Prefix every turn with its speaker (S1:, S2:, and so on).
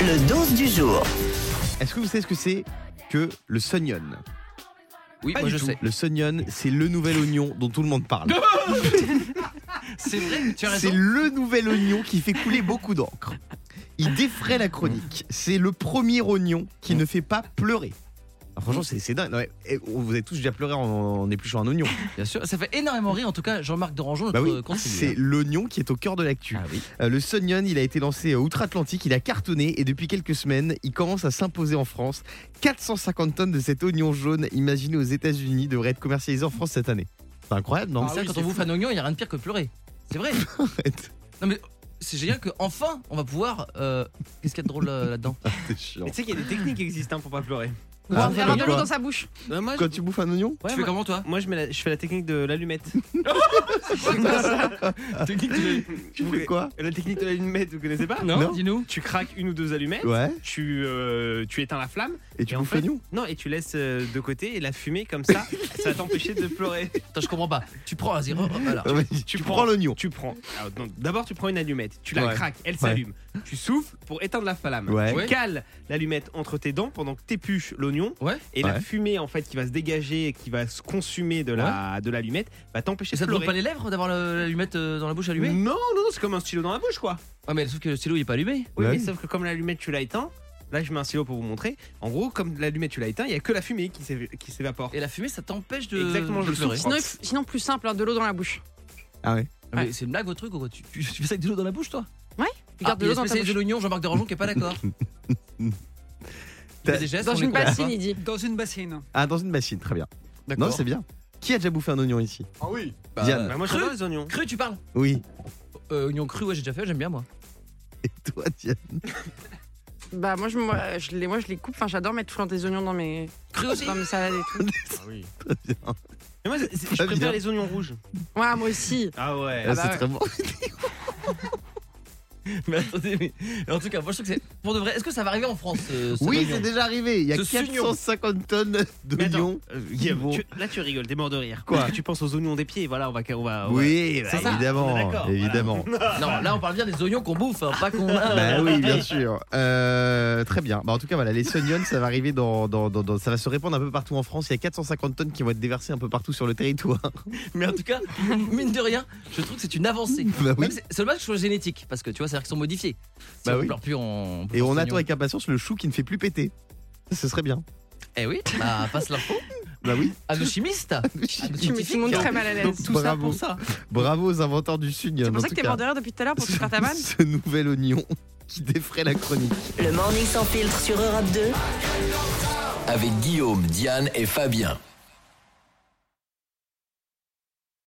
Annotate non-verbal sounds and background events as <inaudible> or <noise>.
S1: Le dose du jour.
S2: Est-ce que vous savez ce que c'est que le sunion
S3: Oui,
S2: Pas
S3: moi
S2: du
S3: je
S2: tout.
S3: sais.
S2: Le sunion, c'est le nouvel oignon dont tout le monde parle.
S3: C'est vrai, tu as
S2: C'est
S3: raison.
S2: le nouvel oignon qui fait couler beaucoup d'encre. Il défraie la chronique. C'est le premier oignon qui ne fait pas pleurer. Ah, franchement, c'est c'est dingue. Non, mais, eh, vous avez tous déjà pleuré en, en épluchant un oignon.
S3: Bien sûr, ça fait énormément rire en tout cas Jean-Marc Dorangeon
S2: Bah
S3: notre
S2: oui,
S3: conseiller.
S4: Ah,
S2: c'est l'oignon qui est au cœur de l'actu.
S3: Ah oui.
S2: Euh, Le Sonion, il a été lancé euh, outre-Atlantique, il a cartonné et depuis quelques semaines, il commence à s'imposer en France. 450 tonnes de cet oignon jaune imaginé aux États-Unis devraient être commercialisées en France cette année. C'est incroyable, non
S3: Mais ça, quand on bouffe un oignon, il n'y a rien de pire que pleurer. C'est vrai. C'est génial que enfin on va pouvoir. euh, Qu'est-ce qu'il y a de drôle euh, là-dedans
S2: <laughs> C'est chiant.
S4: Mais tu sais qu'il y a des techniques qui existent hein, pour pas pleurer.
S5: On va faire un
S2: mais
S5: de l'eau
S2: quoi
S5: dans sa bouche.
S4: Ouais, moi,
S2: Quand tu bouffes un oignon
S4: ouais,
S3: Tu fais
S4: moi,
S3: comment toi
S4: moi, je, mets la- je fais la technique de l'allumette.
S3: Technique
S2: Tu fais quoi
S4: <laughs> La technique de l'allumette, vous connaissez pas
S3: Non,
S2: Non.
S3: dis-nous.
S4: Tu craques une ou deux allumettes,
S2: Ouais,
S4: tu, euh, tu éteins la flamme,
S2: et tu
S4: Et en
S2: bouffes
S4: fait-
S2: l'oignon
S4: non, et tu laisses euh, de côté et la fumée comme <laughs> ça, ça va t'empêcher de pleurer.
S3: Attends, je comprends pas. Tu prends, vas-y, re- re- alors.
S2: Ouais, Tu, prends l'oignon.
S4: Tu prends. alors, non, D'abord, tu prends une allumette, tu la
S2: Ouais.
S4: craques, elle s'allume. Tu souffles pour éteindre la flamme.
S2: Ouais.
S4: Tu
S3: Ouais.
S4: cales l'allumette entre tes dents pendant que t'épluches l'oignon.
S3: Ouais.
S4: Et
S2: Ouais.
S4: la fumée en fait qui va se dégager et qui va se consumer de la de l'allumette va
S3: Et
S4: t'empêcher
S3: ça te
S4: de
S3: brûle
S4: pleurer.
S3: pas les lèvres d'avoir le- l'allumette euh, dans la bouche allumée
S4: Non, non, non, c'est comme un stylo dans la bouche, quoi.
S3: Ouais, mais sauf que le stylo il est pas allumé.
S4: Oui,
S2: Ouais.
S4: mais sauf que comme l'allumette, tu l'as éteint. Là, je mets un stylo pour vous montrer. En gros, comme l'allumette, tu l'as éteint, il y a que la fumée qui s'é- qui s'évapore.
S3: Et la fumée ça t'empêche de.
S4: Exactement,
S3: de
S4: je le
S3: pleurer.
S4: sens.
S5: Sinon, il f- sinon, plus simple, hein, de l'eau dans la bouche.
S2: Ah ouais
S3: Ah, mais C'est une blague votre truc ou quoi tu, tu- tu fais ça avec de l'eau dans la bouche toi
S5: Tu gardes
S3: Ah,
S5: de
S3: il
S5: l'eau
S3: est
S5: dans ta
S3: spécialiste de
S5: bouche.
S3: l'oignon, Jean-Marc Dorangeon qui est pas <laughs> d'accord. Il fait des gestes,
S5: Dans
S3: on
S5: une
S3: les comprend
S5: bassine,
S3: pas.
S5: il dit.
S6: Dans une bassine.
S2: Ah, dans une bassine, très bien. Non,
S3: D'accord.
S2: c'est bien. Qui a déjà bouffé un oignon ici
S3: Bah,
S2: Diane.
S4: Bah, moi,
S3: cru,
S4: j'adore les oignons.
S3: cru, tu parles
S2: Oui. <laughs>
S3: euh, Oignon cru, ouais, j'ai déjà fait, j'aime bien moi.
S2: Et toi, Diane
S5: Bah, moi, je, moi, je les, moi, je les coupe. Enfin, j'adores mettre tout dans des oignons dans mes,
S3: Cru aussi
S5: dans mes salades et tout.
S2: Très bien.
S4: Mais moi, c'est- c'est- je
S2: Très bien.
S4: préfère les oignons rouges.
S5: Ouais, moi aussi.
S4: Ah ouais.
S2: Ah,
S5: bah
S2: c'est
S5: ouais.
S2: très bon.
S3: <laughs> Mais attendez, mais mais en tout cas, moi je trouve que c'est. Pour de vrai, est-ce que ça va arriver en France euh, ce
S2: Oui,
S3: oignon
S2: c'est déjà arrivé. Il y a
S3: Ce sunion.
S2: 450 tonnes
S4: Mais attends,
S2: d'oignons.
S4: euh,
S2: qui
S4: Guillaume,
S2: vont-
S4: tu- là, tu rigoles, t'es mort de rire.
S2: Quoi
S4: Parce que Tu penses aux oignons des pieds, voilà, on va. On va on va-
S2: Oui, bah,
S4: Ah C'est ça, on est
S2: évidemment,
S4: d'accord,
S2: évidemment.
S3: Non, là on parle bien des oignons qu'on bouffe, hein, pas qu'on
S5: Ah,
S3: a.
S2: Bah oui, bien sûr. Euh, très bien. Bah, en tout cas, voilà, les Sonions, ça va arriver dans, dans- dans- dans- ça va se répandre un peu partout en France. Il y a 450 tonnes qui vont être déversées un peu partout sur le
S5: <laughs>
S2: territoire.
S3: Mais en tout cas, mine de rien, je trouve que c'est une avancée.
S2: Bah oui.
S3: Même si- C'est dommage que ce soit génétique, parce que tu vois, c'est-à-dire qu'ils sont modifiés. Si
S2: Bah
S3: on
S2: oui.
S3: pleure plus, on.
S2: Et on
S3: oignon.
S2: attend avec impatience le chou qui ne fait plus péter. Ce serait bien.
S3: Eh oui, bah passe l'info
S2: Bah oui.
S3: à nos chimistes.
S5: Tu mets tout le monde très mal à
S2: Donc,
S5: l'aise.
S3: Tout ça
S2: bravo,
S3: pour ça.
S2: <laughs> bravo aux inventeurs du Sunion.
S5: C'est pour
S2: en
S5: ça que
S2: tout
S5: t'es
S2: cas.
S5: mort de rire depuis tout à l'heure pour que tu
S2: <laughs>
S5: fasses ta vanne
S2: Ce nouvel oignon qui défraie la chronique.
S1: Le morning sans filtre sur Europe 2.
S7: avec Guillaume, Diane et Fabien.